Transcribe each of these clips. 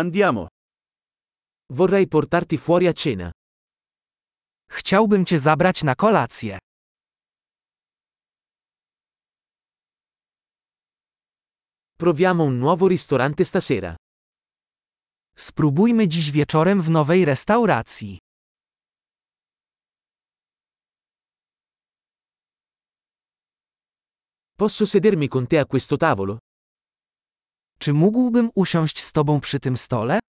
Andiamo. Vorrei portarti fuori a cena. Chciałbym cię zabrać na kolację. Proviamo un nuovo ristorante stasera. Spróbujmy dziś wieczorem w nowej restauracji. Posso sedermi con te a questo tavolo? Czy mógłbym usiąść z tobą przy tym stole?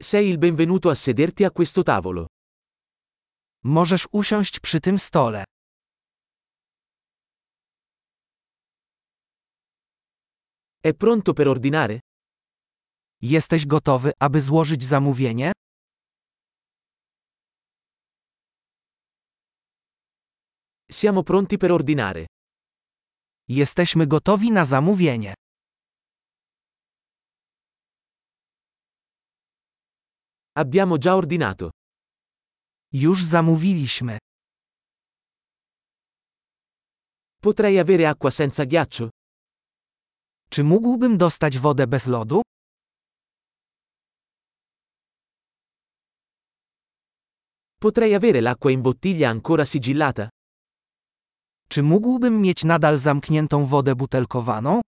Sei il benvenuto a sederti a questo tavolo. Możesz usiąść przy tym stole. È pronto per ordinare? Jesteś gotowy, aby złożyć zamówienie? Siamo pronti per ordinare. Jesteśmy gotowi na zamówienie. Abbiamo già ordinato. Już zamówiliśmy. Potrei avere acqua senza ghiaccio? Czy mógłbym dostać wodę bez lodu? Potrei avere l'acqua in bottiglia ancora sigillata? Czy mógłbym mieć nadal zamkniętą wodę butelkowaną?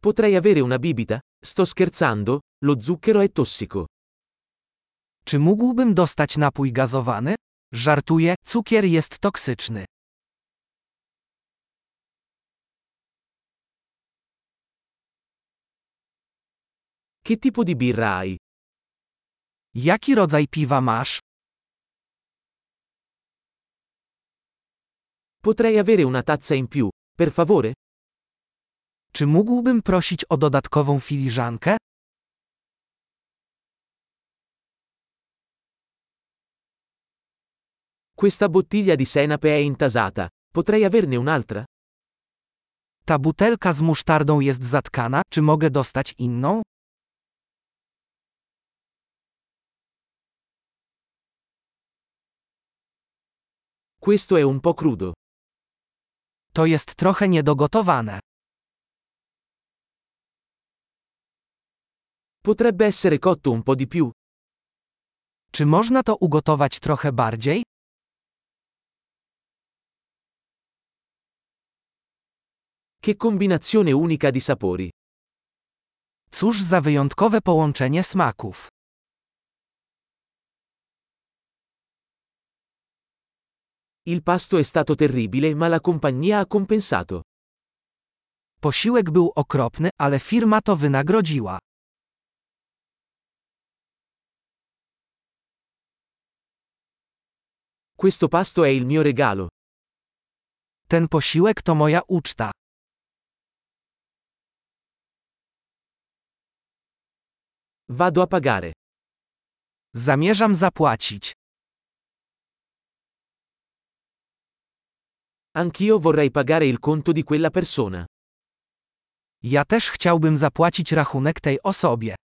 Potrei avere una bibita? Sto scherzando, lo zucchero è tossico. Czy mógłbym dostać napój gazowany? Żartuję, cukier jest toksyczny. Che tipo di birra hai? Jaki rodzaj piwa masz? Potrei avere una tazza in più, per favore? Czy mógłbym prosić o dodatkową filiżankę? Questa bottiglia di senape è intasata. Potrei averne un'altra? Ta butelka z musztardą jest zatkana, czy mogę dostać inną? Questo è un po' crudo. To jest trochę niedogotowane. Potrebbe essere cotto un po' di più. Czy można to ugotować trochę bardziej? Che combinazione unica di sapori. Cóż za wyjątkowe połączenie smaków. Il pasto è stato terribile, ma la compagnia ha compensato. Posiłek był okropny, ale firma to wynagrodziła. Questo pasto è il mio regalo. Ten posiłek to moja uczta. Vado a pagare. Zamierzam zapłacić. Anch'io vorrei pagare il conto di quella persona. Ja też chciałbym zapłacić rachunek tej osobie.